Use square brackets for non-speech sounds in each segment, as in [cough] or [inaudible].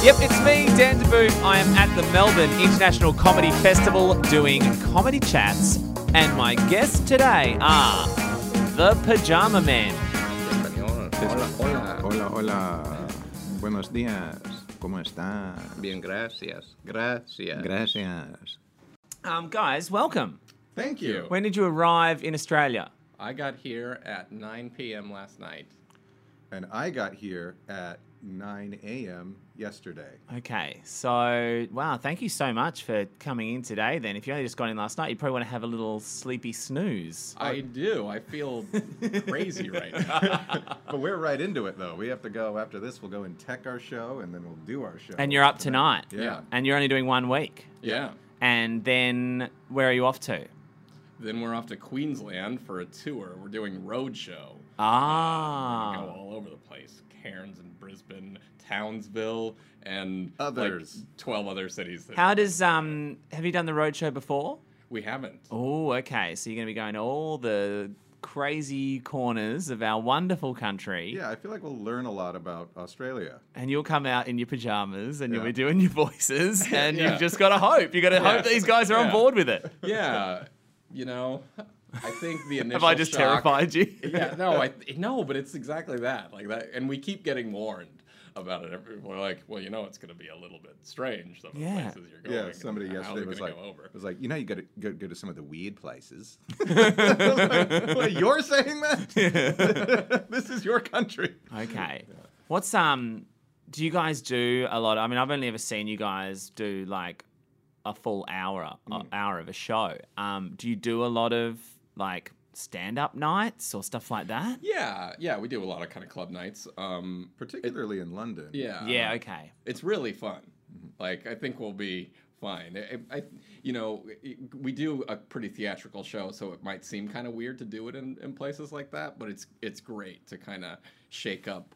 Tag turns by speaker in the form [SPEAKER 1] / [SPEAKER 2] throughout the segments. [SPEAKER 1] Yep, it's me, Dan DeBoot. I am at the Melbourne International Comedy Festival doing comedy chats, and my guests today are the Pajama Man.
[SPEAKER 2] Español. Hola, hola.
[SPEAKER 3] Hola, hola. Buenos días. ¿Cómo estás?
[SPEAKER 2] Bien, gracias. Gracias.
[SPEAKER 3] Gracias.
[SPEAKER 1] Um, guys, welcome.
[SPEAKER 2] Thank you.
[SPEAKER 1] When did you arrive in Australia?
[SPEAKER 2] I got here at 9 p.m. last night.
[SPEAKER 3] And I got here at 9 a.m. yesterday.
[SPEAKER 1] Okay, so wow, thank you so much for coming in today. Then, if you only just got in last night, you probably want to have a little sleepy snooze.
[SPEAKER 2] I do. I [laughs] feel crazy right now.
[SPEAKER 3] But we're right into it, though. We have to go after this. We'll go and tech our show, and then we'll do our show.
[SPEAKER 1] And you're up tonight,
[SPEAKER 3] Yeah.
[SPEAKER 1] and you're only doing one week,
[SPEAKER 2] Yeah.
[SPEAKER 1] and then where are you off to?
[SPEAKER 2] Then we're off to Queensland for a tour. We're doing road show. Go
[SPEAKER 1] Ah,
[SPEAKER 2] all over the place. Cairns and Brisbane, Townsville, and like,
[SPEAKER 3] Others.
[SPEAKER 2] 12 other cities that
[SPEAKER 1] how does um? Have you done the roadshow before?
[SPEAKER 2] we haven't.
[SPEAKER 1] Oh, okay. So you're going to be going to all the crazy corners of our wonderful country,
[SPEAKER 3] Yeah, I feel like we'll learn a lot about Australia.
[SPEAKER 1] and you'll come out in your pajamas, and you'll
[SPEAKER 3] Yeah.
[SPEAKER 1] be doing your voices, and
[SPEAKER 2] [laughs] Yeah.
[SPEAKER 1] you've just got to hope. You got to
[SPEAKER 2] Yeah.
[SPEAKER 1] hope these guys are on
[SPEAKER 2] Yeah.
[SPEAKER 1] board with it.
[SPEAKER 2] Yeah. You know, I think [laughs] the initial
[SPEAKER 1] Have I just
[SPEAKER 2] shock-
[SPEAKER 1] terrified you?
[SPEAKER 2] [laughs] yeah, no, I no, but it's exactly that, like that, and we keep getting warned about it. Every- We're like, well, you know, it's going to be a little bit strange. Some of the
[SPEAKER 1] Yeah.
[SPEAKER 2] places you're going.
[SPEAKER 3] Yeah,
[SPEAKER 2] and
[SPEAKER 3] somebody
[SPEAKER 2] how
[SPEAKER 3] yesterday
[SPEAKER 2] they're
[SPEAKER 3] was
[SPEAKER 2] gonna
[SPEAKER 3] like,
[SPEAKER 2] go over.
[SPEAKER 3] was like, you know, you got to go, go to some of the
[SPEAKER 1] [laughs]
[SPEAKER 3] weird places. [laughs] Like, "Wait, you're
[SPEAKER 1] [laughs]
[SPEAKER 3] saying that? [laughs] this is your country.
[SPEAKER 1] Okay. What's um? Do you guys do a lot? I mean, I've only ever seen you guys do like a full hour uh,
[SPEAKER 2] Mm.
[SPEAKER 1] hour of a show. Um, do you do a lot of like stand up nights or stuff like that?
[SPEAKER 2] Yeah, yeah, we do a lot of kind of club nights. Um,
[SPEAKER 3] Particularly in London.
[SPEAKER 2] yeah,
[SPEAKER 1] yeah. Okay.
[SPEAKER 2] it's really fun. Like I think we'll be fine. I, I, you know, it- we do a pretty theatrical show, so it might seem kind of weird to do it in, in places like that, but it's it's great to kind of shake up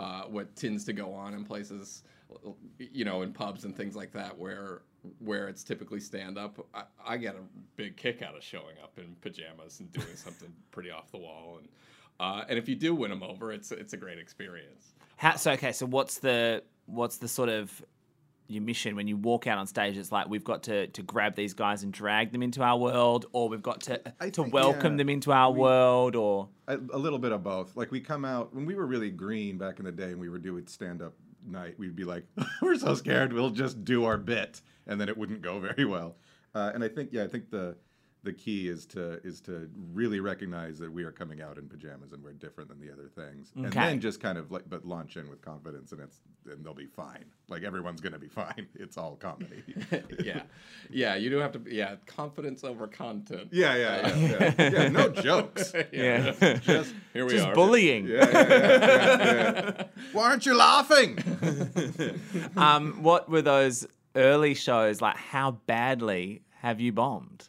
[SPEAKER 2] uh, what tends to go on in places, you know, in pubs and things like that, where where it's typically stand up. I, I get a big kick out of showing up in pajamas and doing something pretty off the wall and. Uh, and if you do win them over, it's it's a great experience.
[SPEAKER 1] How, so okay. So what's the what's the sort of your mission when you walk out on stage? It's like we've got to to grab these guys and drag them into our world, or we've got to
[SPEAKER 3] I
[SPEAKER 1] to
[SPEAKER 3] think,
[SPEAKER 1] welcome
[SPEAKER 3] yeah,
[SPEAKER 1] them into our world, or
[SPEAKER 3] a, a little bit of both. Like we come out when we were really green back in the day, and we were doing stand up night. We'd be like, [laughs] "We're so scared, we'll just do our bit," and then it wouldn't go [laughs] very well. Uh, and I think, yeah, I think the the key is to is to really recognize that we are coming out in pajamas and we're different than the other things, and
[SPEAKER 1] Okay.
[SPEAKER 3] then just kind of like, but launch in with confidence, and it's and they'll be fine. Like everyone's gonna be [laughs] fine. It's all comedy.
[SPEAKER 2] yeah, yeah. You do have to. be- Yeah, confidence over content.
[SPEAKER 3] yeah, yeah, yeah,
[SPEAKER 2] [laughs]
[SPEAKER 3] yeah. yeah no jokes.
[SPEAKER 1] yeah,
[SPEAKER 3] Just
[SPEAKER 2] Here
[SPEAKER 1] [laughs]
[SPEAKER 2] we
[SPEAKER 1] just
[SPEAKER 2] are.
[SPEAKER 1] bullying.
[SPEAKER 3] [laughs] yeah, yeah, yeah, yeah, yeah. Why aren't you laughing?
[SPEAKER 1] um, what were those early shows like? How badly have you bombed?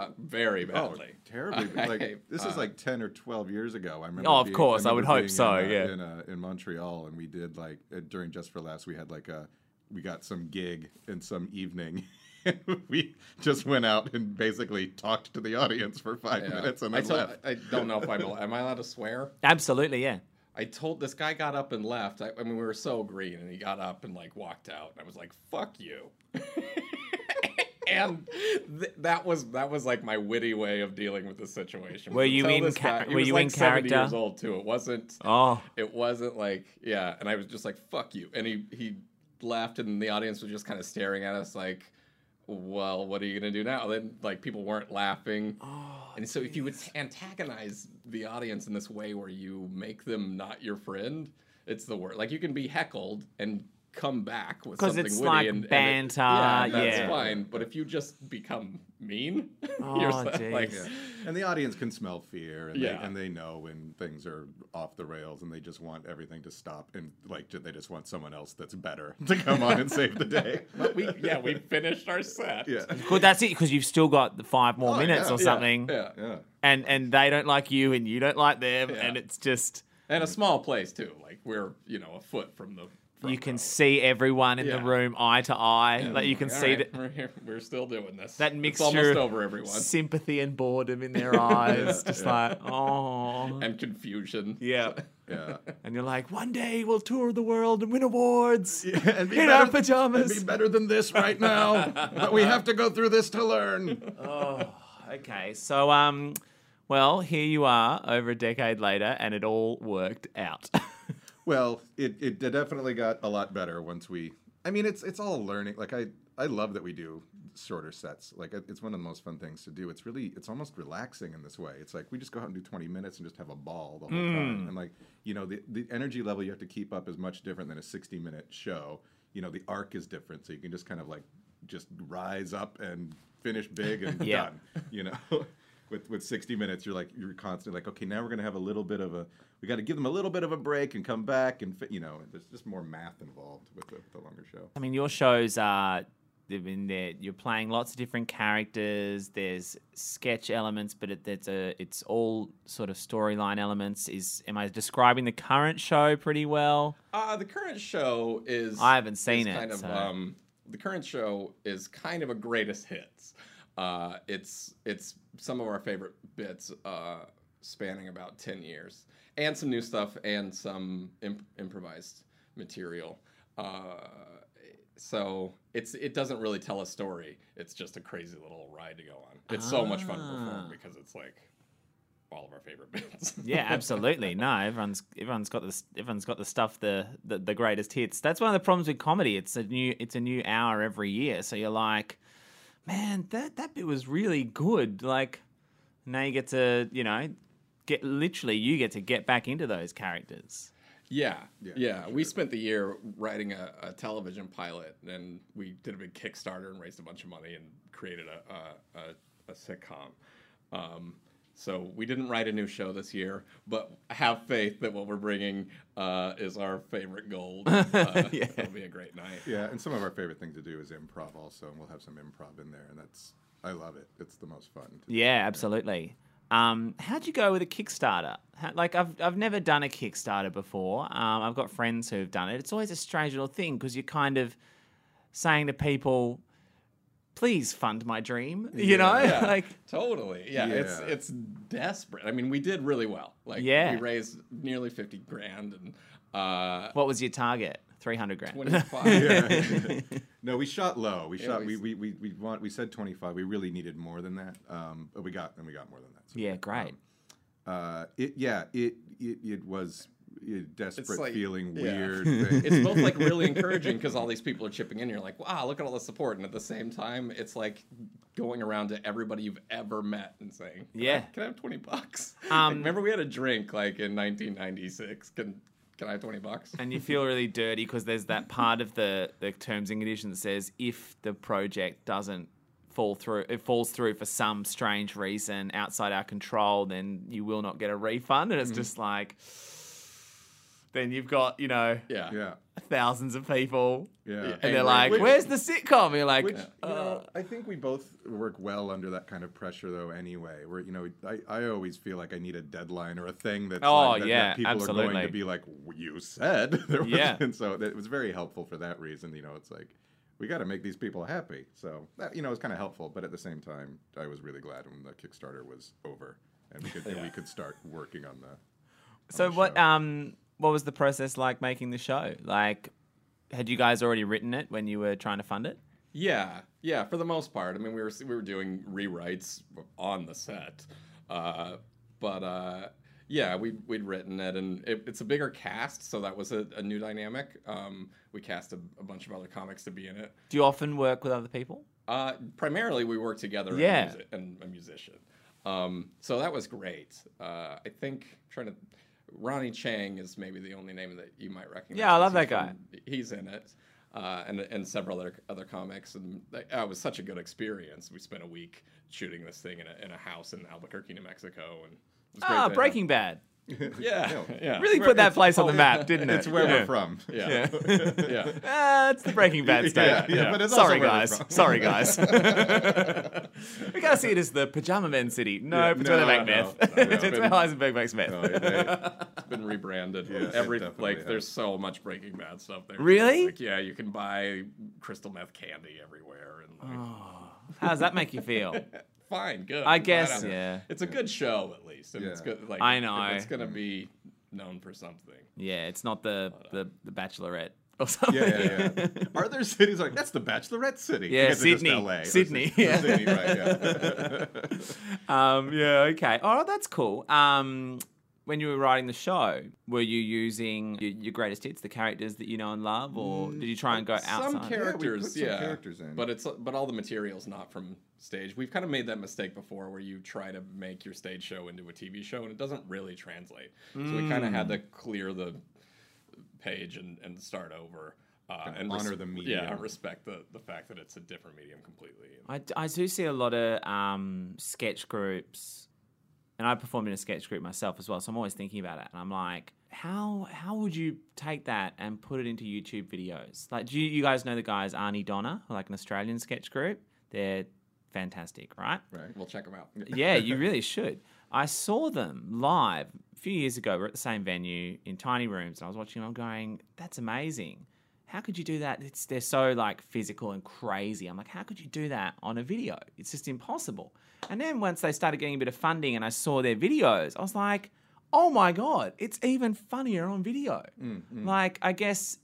[SPEAKER 2] Uh, very
[SPEAKER 3] Oh,
[SPEAKER 2] badly.
[SPEAKER 3] terribly.
[SPEAKER 1] [laughs]
[SPEAKER 2] I-
[SPEAKER 3] Like this is like ten or twelve years ago. I remember.
[SPEAKER 1] Uh-huh. Oh, of
[SPEAKER 3] being-
[SPEAKER 1] course, I
[SPEAKER 3] remember
[SPEAKER 1] would hope
[SPEAKER 3] being
[SPEAKER 1] so,
[SPEAKER 3] In, uh,
[SPEAKER 1] yeah.
[SPEAKER 3] In, uh, in Montreal, and we did like uh, during Just for Laughs, we had like a we got some gig in some evening. [laughs] we just went out and basically talked to the audience for five
[SPEAKER 2] Yeah.
[SPEAKER 3] minutes and
[SPEAKER 2] I,
[SPEAKER 3] then
[SPEAKER 2] told,
[SPEAKER 3] left.
[SPEAKER 2] I don't know if I'm. al- Am I allowed to swear?
[SPEAKER 1] Absolutely, yeah.
[SPEAKER 2] I told this guy got up and left. I, I mean, we were so green, and he got up and like walked out, and I was like, "Fuck you." [laughs] and th- that was that was like my witty way of dealing with the situation.
[SPEAKER 1] Were
[SPEAKER 2] To
[SPEAKER 1] you
[SPEAKER 2] tell
[SPEAKER 1] in
[SPEAKER 2] this
[SPEAKER 1] cha-
[SPEAKER 2] guy- he
[SPEAKER 1] were
[SPEAKER 2] was,
[SPEAKER 1] you
[SPEAKER 2] like
[SPEAKER 1] in
[SPEAKER 2] 70 Years
[SPEAKER 1] character?
[SPEAKER 2] old too. It wasn't.
[SPEAKER 1] Oh,
[SPEAKER 2] It wasn't like yeah, and I was just like fuck you, and he he laughed, and the audience was just kind of staring at us like, well, what are you gonna do now? Then like people weren't laughing, and so if you would antagonize the audience in this way where you make them not your friend, it's the worst. Like you can be heckled and come back with
[SPEAKER 1] 'Cause
[SPEAKER 2] something
[SPEAKER 1] it's
[SPEAKER 2] witty
[SPEAKER 1] like
[SPEAKER 2] and, and it-
[SPEAKER 1] banter,
[SPEAKER 2] yeah, that's
[SPEAKER 1] yeah.
[SPEAKER 2] fine. But if you just become mean, [laughs]
[SPEAKER 1] Oh,
[SPEAKER 2] you're so- like.
[SPEAKER 1] geez.
[SPEAKER 3] Yeah. And the audience can smell fear, and,
[SPEAKER 2] Yeah.
[SPEAKER 3] they, and they know when things are off the rails, and they just want everything to stop, and like they just want someone else that's better [laughs] to come on and save the day.
[SPEAKER 2] But we yeah we finished our set
[SPEAKER 3] [laughs] yeah,
[SPEAKER 1] well, that's it because you've still got the five more
[SPEAKER 3] Oh,
[SPEAKER 1] minutes
[SPEAKER 3] yeah,
[SPEAKER 1] or
[SPEAKER 3] yeah,
[SPEAKER 1] something,
[SPEAKER 2] yeah.
[SPEAKER 3] yeah.
[SPEAKER 1] and and they don't like you, and you don't like them,
[SPEAKER 2] Yeah.
[SPEAKER 1] and it's just
[SPEAKER 2] and a small place too. Like we're you know a foot from the. front
[SPEAKER 1] you can
[SPEAKER 2] row.
[SPEAKER 1] see everyone in the
[SPEAKER 2] Yeah.
[SPEAKER 1] room eye to eye, like you can
[SPEAKER 2] All
[SPEAKER 1] see
[SPEAKER 2] right,
[SPEAKER 1] that
[SPEAKER 2] we're here. We're still doing this.
[SPEAKER 1] that mixture
[SPEAKER 2] It's almost
[SPEAKER 1] of
[SPEAKER 2] over, everyone. [laughs]
[SPEAKER 1] sympathy and boredom in their eyes, just like oh,
[SPEAKER 2] And confusion.
[SPEAKER 1] yeah.
[SPEAKER 3] Yeah.
[SPEAKER 1] and you're like, one day we'll tour the world and win awards
[SPEAKER 3] Yeah, and be
[SPEAKER 1] in
[SPEAKER 3] better-
[SPEAKER 1] our
[SPEAKER 3] and be
[SPEAKER 1] pajamas.
[SPEAKER 3] Be better than this right now, but we have to go through this to learn.
[SPEAKER 1] Okay, so um, well, here you are over a decade later, and it all worked out. [laughs]
[SPEAKER 3] Well, it, it definitely got a lot better once we. I mean, it's it's all learning. Like I I love that we do shorter sets. Like it- it's one of the most fun things to do. It's really it's almost relaxing in this way. It's like we just go out and do 20 minutes and just have a ball the whole
[SPEAKER 1] Mm.
[SPEAKER 3] time. And like you know the the energy level you have to keep up is much different than a 60 minute show. You know the arc is different, so you can just kind of like just rise up and finish big and
[SPEAKER 1] Yeah.
[SPEAKER 3] done. [laughs] you know with with 60 minutes you're like you're constantly like okay now we're going to have a little bit of a we got to give them a little bit of a break and come back and fi- you know there's just more math involved with the, the longer show
[SPEAKER 1] I mean, your shows are. They've been there. You're playing lots of different characters. There's sketch elements, but it, it's a it's all sort of storyline elements. Is am I describing the current show pretty well?
[SPEAKER 2] Uh, the current show is.
[SPEAKER 1] I haven't seen
[SPEAKER 2] is
[SPEAKER 1] it,
[SPEAKER 2] Kind of,
[SPEAKER 1] so-
[SPEAKER 2] um, the current show is kind of a greatest hits. Uh, it's it's some of our favorite bits, uh, spanning about ten years, and some new stuff, and some imp- improvised material. Uh, so it's it doesn't really tell a story. It's just a crazy little ride to go on. It's so much fun to perform because it's like all of our favorite [laughs] bits.
[SPEAKER 1] Yeah, absolutely. No, everyone's everyone's got this. Everyone's got the stuff. The, the the greatest hits. That's one of the problems with comedy. It's a new it's a new hour every year. So you're like, man, that that bit was really good. Like now you get to you know get literally you get to get back into those characters.
[SPEAKER 2] Yeah,
[SPEAKER 3] Yeah,
[SPEAKER 2] yeah. We spent the year writing a, a television pilot, and we did a big Kickstarter and raised a bunch of money and created a a, a, a sitcom. Um, so we didn't write a new show this year, but have faith that what we're bringing uh, is our favorite gold. Uh, It'll be a great night.
[SPEAKER 3] yeah and some of our favorite thing to do is improv also and we'll have some improv in there and that's i love it it's the most fun to-
[SPEAKER 1] Yeah, absolutely. Um, how'd you go with a Kickstarter? How, like I've I've never done a Kickstarter before. Um, I've got friends who've done it. It's always a strange little thing because you're kind of saying to people, "Please fund my dream," you know, [laughs]
[SPEAKER 2] Yeah,
[SPEAKER 1] like
[SPEAKER 2] totally. Yeah, it's
[SPEAKER 3] Yeah.
[SPEAKER 2] it's desperate. I mean, we did really well. Like,
[SPEAKER 1] Yeah.
[SPEAKER 2] we raised nearly fifty grand and uh,
[SPEAKER 1] [laughs] what was your target? Three hundred grand.
[SPEAKER 2] twenty five.
[SPEAKER 3] [laughs] no we shot low we shot we
[SPEAKER 2] we-
[SPEAKER 3] we, we we want we said 25 we really needed more than that um but we got and we got more than that so,
[SPEAKER 1] [laughs] yeah, great.
[SPEAKER 3] uh it yeah it it, it was a desperate
[SPEAKER 2] like-
[SPEAKER 3] feeling
[SPEAKER 2] yeah. [laughs]
[SPEAKER 3] weird thing.
[SPEAKER 2] it's both like really encouraging because all these people are chipping in. You're like, wow, look at all the support, and at the same time, it's like going around to everybody you've ever met and saying, "Can I-
[SPEAKER 1] Yeah.
[SPEAKER 2] can I have twenty bucks?"
[SPEAKER 1] Um,
[SPEAKER 2] [laughs] Like, remember we had a drink like in 1996. Can can I have twenty bucks?
[SPEAKER 1] and you feel really dirty because there's that part of the, the terms and conditions that says if the project doesn't fall through, it falls through for some strange reason outside our control, then you will not get a refund. And it's just like, then you've got, you know,
[SPEAKER 2] Yeah,
[SPEAKER 3] yeah
[SPEAKER 1] thousands of people.
[SPEAKER 3] yeah
[SPEAKER 1] And they're
[SPEAKER 2] Angry.
[SPEAKER 1] like,
[SPEAKER 2] Which-
[SPEAKER 1] where's the sitcom? And you're like,
[SPEAKER 3] Which you
[SPEAKER 1] "Uh,
[SPEAKER 3] know, I think we both work well under that kind of pressure, though. Anyway, where you know, I, I always feel like I need a deadline or a thing that's
[SPEAKER 1] Oh,
[SPEAKER 3] like, that, that
[SPEAKER 1] yeah,
[SPEAKER 3] people are going
[SPEAKER 1] absolutely.
[SPEAKER 3] to be like, "W- you said [laughs] there was,
[SPEAKER 1] Yeah.
[SPEAKER 3] and so that, it was very helpful for that reason. You know, it's like we got to make these people happy. So that you know, it's kind of helpful, but at the same time, I was really glad when the Kickstarter was over and
[SPEAKER 1] [laughs]
[SPEAKER 3] we could and we could start working on the.
[SPEAKER 1] so
[SPEAKER 3] the
[SPEAKER 1] what,
[SPEAKER 3] show.
[SPEAKER 1] um, what was the process like making the show? Like, had you guys already written it when you were trying to fund it?
[SPEAKER 2] Yeah, yeah, for the most part. I mean, we were we were doing rewrites on the set, uh, but uh, yeah, we we'd written it, and it, it's a bigger cast, so that was a, a new dynamic. Um, we cast a, a bunch of other comics to be in it.
[SPEAKER 1] Do you often work with other people?
[SPEAKER 2] Uh, primarily, we work together.
[SPEAKER 1] Yeah.
[SPEAKER 2] and, and a musician. Um, so that was great. Uh, I think trying to Ronnie Chang is maybe the only name that you might recognize.
[SPEAKER 1] Yeah, I love
[SPEAKER 2] He's
[SPEAKER 1] that guy.
[SPEAKER 2] from- he's in it, uh, and and several other other comics, and that- uh, it was such a good experience. We spent a week shooting this thing in a, in a house in Albuquerque, New Mexico, and it was great
[SPEAKER 1] Ah,
[SPEAKER 2] to-
[SPEAKER 1] Breaking Bad. [laughs]
[SPEAKER 2] Yeah,
[SPEAKER 3] No.
[SPEAKER 2] yeah,
[SPEAKER 1] Really put that place on the map, didn't it?
[SPEAKER 3] oh, It's where
[SPEAKER 1] yeah.
[SPEAKER 3] we're from.
[SPEAKER 2] [laughs] yeah,
[SPEAKER 1] Yeah.
[SPEAKER 2] yeah.
[SPEAKER 1] [laughs] Ah, it's the Breaking Bad state.
[SPEAKER 3] Yeah, yeah, but it's also
[SPEAKER 1] Sorry,
[SPEAKER 3] where we're
[SPEAKER 1] guys.
[SPEAKER 3] from.
[SPEAKER 1] Sorry,
[SPEAKER 3] [laughs]
[SPEAKER 1] guys. we gotta see it as the Pajama Men City. No,
[SPEAKER 3] Yeah,
[SPEAKER 1] it's where they
[SPEAKER 3] no,
[SPEAKER 1] make
[SPEAKER 3] no,
[SPEAKER 1] meth. [laughs]
[SPEAKER 3] no, no.
[SPEAKER 1] it's where Heisenberg makes meth.
[SPEAKER 3] No, it- it-
[SPEAKER 2] It's been rebranded.
[SPEAKER 3] Yes,
[SPEAKER 2] Every
[SPEAKER 3] it definitely
[SPEAKER 2] like,
[SPEAKER 3] has.
[SPEAKER 2] there's so much Breaking Bad stuff there.
[SPEAKER 1] Really?
[SPEAKER 2] Like, yeah, you can buy crystal meth candy everywhere, and like,
[SPEAKER 1] How does that make you feel?
[SPEAKER 3] [laughs]
[SPEAKER 2] fine, good.
[SPEAKER 1] Oh. I
[SPEAKER 2] I'm glad
[SPEAKER 1] guess,
[SPEAKER 2] I'm-
[SPEAKER 1] yeah.
[SPEAKER 2] It's a good show at least, and it's
[SPEAKER 3] Yeah.
[SPEAKER 2] good. Like,
[SPEAKER 1] I
[SPEAKER 2] if
[SPEAKER 1] know.
[SPEAKER 2] it's gonna be known for something.
[SPEAKER 1] Yeah, it's not the the, the Bachelorette or something.
[SPEAKER 3] Yeah, yeah,
[SPEAKER 1] [laughs]
[SPEAKER 3] yeah. Are there cities like that's the Bachelorette city?
[SPEAKER 1] Yeah,
[SPEAKER 3] Because it's just
[SPEAKER 1] Sydney.
[SPEAKER 3] LA. Or
[SPEAKER 1] Sydney,
[SPEAKER 3] Syd- or
[SPEAKER 1] yeah.
[SPEAKER 3] Sydney, right,
[SPEAKER 1] [laughs]
[SPEAKER 3] yeah.
[SPEAKER 1] um, yeah, okay. Oh, that's cool. Um, when you were writing the show, were you using your, your greatest hits, the characters that you know and love, or did you try and go outside?
[SPEAKER 2] Some characters,
[SPEAKER 3] Mm, some
[SPEAKER 2] yeah,
[SPEAKER 3] characters in.
[SPEAKER 2] but it's but all the materials not from stage. We've kind of made that mistake before, where you try to make your stage show into a TV show, and it doesn't really translate. So we kind of had to
[SPEAKER 3] Mm.
[SPEAKER 2] clear the page and, and start over uh,
[SPEAKER 3] Kinda
[SPEAKER 2] and
[SPEAKER 3] honor
[SPEAKER 2] res-
[SPEAKER 3] the
[SPEAKER 2] Yeah,
[SPEAKER 3] medium.
[SPEAKER 2] and respect the the fact that it's a different medium completely.
[SPEAKER 1] I, d- I do see a lot of um, sketch groups, and I perform in a sketch group myself as well. So I'm always thinking about it, and I'm like, how how would you take that and put it into YouTube videos? Like, do you, you guys know the guys Arnie Donna, like an Australian sketch group? They're fantastic, right?
[SPEAKER 3] right.
[SPEAKER 2] We'll check them out.
[SPEAKER 1] yeah, you really should. I saw them live a few years ago. We're at the same venue in tiny rooms, and I was watching. them. I'm going, that's amazing. How could you do that? It's, they're so like physical and crazy. I'm like, how could you do that on a video? It's just impossible. And then once they started getting a bit of funding, and I saw their videos, I was like, oh my god, it's even funnier on video.
[SPEAKER 3] mm,
[SPEAKER 1] Mm-hmm. Like, I guess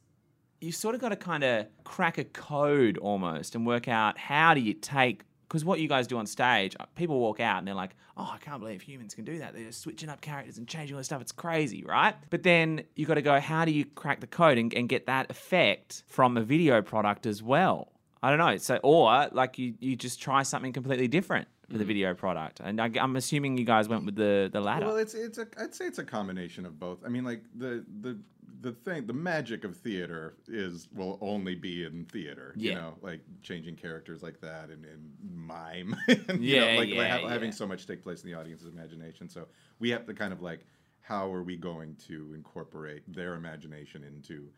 [SPEAKER 1] you sort of got to kind of crack a code almost and work out how do you take because what you guys do on stage, uh, people walk out and they're like, "Oh, I can't believe humans can do that. They're just switching up characters and changing all this stuff. It's crazy, right?" But then you got to go, how do you crack the code and, and get that effect from a video product as well? I don't know. So, or like you, you just try something completely different for the video product. And I, am assuming you guys went with the the latter.
[SPEAKER 3] Well, it's it's a I'd say it's a combination of both. I mean, like the the the thing the magic of theater is will only be in theater. You
[SPEAKER 1] Yeah.
[SPEAKER 3] know, like changing characters like that and, and
[SPEAKER 1] [laughs]
[SPEAKER 3] mime. [laughs] and, you
[SPEAKER 1] Yeah,
[SPEAKER 3] know, like, like
[SPEAKER 1] yeah,
[SPEAKER 3] ha- having
[SPEAKER 1] yeah.
[SPEAKER 3] so much take place in the audience's imagination. So we have to kind of like how are we going to incorporate their imagination into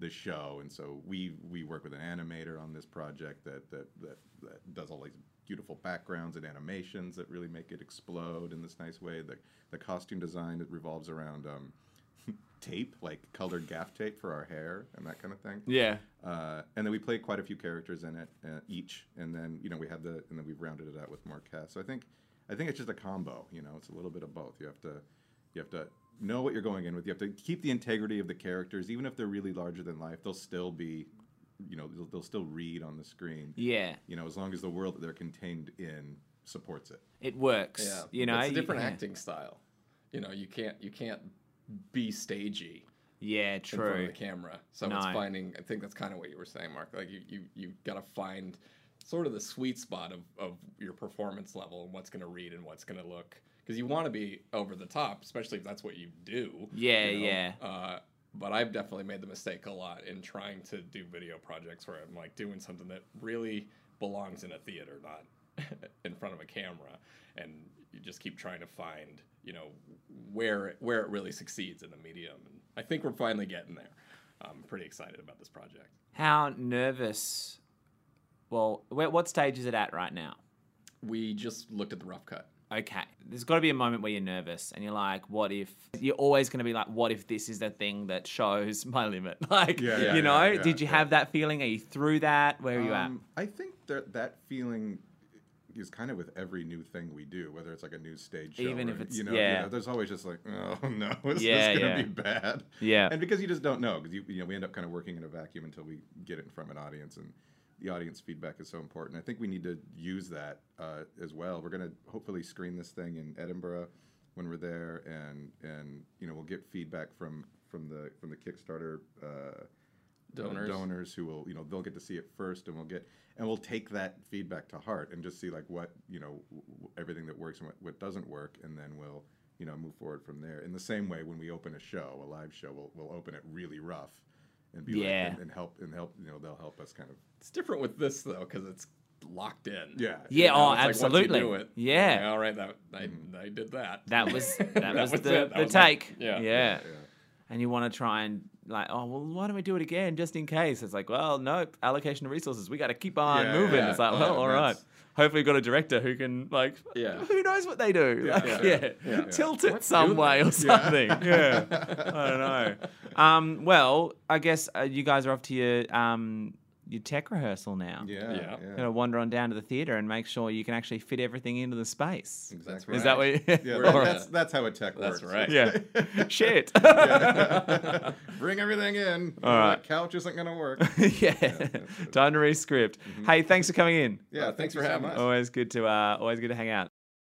[SPEAKER 3] the show and so we we work with an animator on this project that that, that, that does all these beautiful backgrounds and animations that really make it explode in this nice way the, the costume design that revolves around um, [laughs] tape like colored gaff tape for our hair and that kind of thing
[SPEAKER 1] yeah.
[SPEAKER 3] uh, and then we play quite a few characters in it uh, each, and then you know we have the and then we've rounded it out with more cast. So I think I think it's just a combo. You know, it's a little bit of both. You have to you have to know what you're going in with. You have to keep the integrity of the characters, even if they're really larger than life. They'll still be, you know, they'll, they'll still read on the screen.
[SPEAKER 1] Yeah.
[SPEAKER 3] You know, as long as the world that they're contained in supports it.
[SPEAKER 1] It works.
[SPEAKER 2] Yeah,
[SPEAKER 1] You know,
[SPEAKER 2] it's a
[SPEAKER 1] You-
[SPEAKER 2] different
[SPEAKER 1] yeah.
[SPEAKER 2] acting style. You know, you can't you can't be stagey
[SPEAKER 1] Yeah,
[SPEAKER 2] in front of
[SPEAKER 1] true.
[SPEAKER 2] the camera. So
[SPEAKER 1] No.
[SPEAKER 2] it's finding. I think that's kind of what you were saying, Mark. Like you you you got to find sort of the sweet spot of of your performance level and what's going to read and what's going to look because you want to be over the top, especially if that's what you do.
[SPEAKER 1] Yeah,
[SPEAKER 2] you
[SPEAKER 1] yeah.
[SPEAKER 2] Uh, but I've definitely made the mistake a lot in trying to do video projects where I'm like doing something that really belongs in a theater, not [laughs] in front of a camera, and you just keep trying to find, you know, where it, where it really succeeds in the medium. And I think we're finally getting there. I'm pretty excited about this project.
[SPEAKER 1] How nervous? Well, where, what stage is it at right now?
[SPEAKER 2] We just looked at the rough cut.
[SPEAKER 1] Okay, there's got to be a moment where you're nervous and you're like, "What if?" You're always going to be like, "What if this is the thing that shows [laughs] my limit?" Like,
[SPEAKER 3] Yeah, yeah,
[SPEAKER 1] you know,
[SPEAKER 3] yeah, yeah,
[SPEAKER 1] did you
[SPEAKER 3] yeah.
[SPEAKER 1] have that feeling? Are you through that? Where are you at?
[SPEAKER 3] Um, I think that that feeling is kind of with every new thing we do, whether it's like a new stage show,
[SPEAKER 1] Even
[SPEAKER 3] or,
[SPEAKER 1] if it's-
[SPEAKER 3] you know,
[SPEAKER 1] yeah.
[SPEAKER 3] there's always just like, oh [laughs] no, is
[SPEAKER 1] Yeah,
[SPEAKER 3] this gonna
[SPEAKER 1] yeah.
[SPEAKER 3] be bad?
[SPEAKER 1] Yeah.
[SPEAKER 3] and because you just don't know, because you you know we end up kind of working in a vacuum until we get it in front of an audience, and the audience feedback is so important. I think we need to use that uh, as well. We're gonna hopefully screen this thing in Edinburgh when we're there, and and you know we'll get feedback from from the from the Kickstarter. Uh, uh,
[SPEAKER 2] Donors.
[SPEAKER 3] donors who will you know they'll get to see it first and we'll get and we'll take that feedback to heart and just see like what you know w- w- everything that works and what, what doesn't work and then we'll you know move forward from there in the same way when we open a show a live show we'll, we'll open it really rough and be
[SPEAKER 1] Yeah.
[SPEAKER 3] like and, and help and help you know they'll help us kind of
[SPEAKER 2] It's different with this though because it's locked in.
[SPEAKER 3] yeah
[SPEAKER 1] Yeah, oh,
[SPEAKER 2] You it's like once you
[SPEAKER 1] absolutely.
[SPEAKER 2] do it,
[SPEAKER 1] Yeah.
[SPEAKER 2] like, all right, that I, I did that.
[SPEAKER 1] That was
[SPEAKER 2] [laughs]
[SPEAKER 1] that, was,
[SPEAKER 2] was
[SPEAKER 1] the,
[SPEAKER 2] it. That
[SPEAKER 1] the
[SPEAKER 2] was my-
[SPEAKER 1] take.
[SPEAKER 2] yeah.
[SPEAKER 1] yeah.
[SPEAKER 3] yeah.
[SPEAKER 1] and you want to try and like, oh well, why don't we do it again just in case? It's like, well, nope, allocation of resources. We got to keep on
[SPEAKER 3] Yeah,
[SPEAKER 1] moving.
[SPEAKER 2] yeah,
[SPEAKER 1] it's like,
[SPEAKER 3] yeah,
[SPEAKER 1] well, all right.
[SPEAKER 3] that's-
[SPEAKER 1] Hopefully, we've got a director who can like,
[SPEAKER 2] Yeah.
[SPEAKER 1] who knows what they do? Like, Yeah,
[SPEAKER 2] yeah,
[SPEAKER 3] yeah.
[SPEAKER 1] tilt it some way or something.
[SPEAKER 3] [laughs]
[SPEAKER 1] Yeah, I don't know. Um, well, I guess uh, you guys are off to your um, your tech rehearsal now.
[SPEAKER 3] Yeah.
[SPEAKER 2] Yeah.
[SPEAKER 3] yeah.
[SPEAKER 1] Gonna wander on down to the theater and make sure you can actually fit everything into the space.
[SPEAKER 3] Exactly.
[SPEAKER 1] Is that what? You,
[SPEAKER 3] Yeah,
[SPEAKER 1] [laughs]
[SPEAKER 2] We're
[SPEAKER 3] that-
[SPEAKER 2] in
[SPEAKER 3] that's
[SPEAKER 2] a-
[SPEAKER 3] that's how a tech
[SPEAKER 2] That's
[SPEAKER 3] works.
[SPEAKER 2] right.
[SPEAKER 1] yeah. Shit.
[SPEAKER 3] [laughs]
[SPEAKER 1] [laughs]
[SPEAKER 3] Yeah. Bring everything in.
[SPEAKER 1] All right.
[SPEAKER 3] That couch isn't gonna
[SPEAKER 1] [laughs]
[SPEAKER 3] work.
[SPEAKER 1] yeah. Time to re-script. Hey, thanks for coming in.
[SPEAKER 3] Yeah,
[SPEAKER 2] thanks
[SPEAKER 3] thank you
[SPEAKER 2] for
[SPEAKER 3] so
[SPEAKER 2] having
[SPEAKER 3] much.
[SPEAKER 1] Oh,
[SPEAKER 2] us.
[SPEAKER 1] Always good to uh, always good to hang out.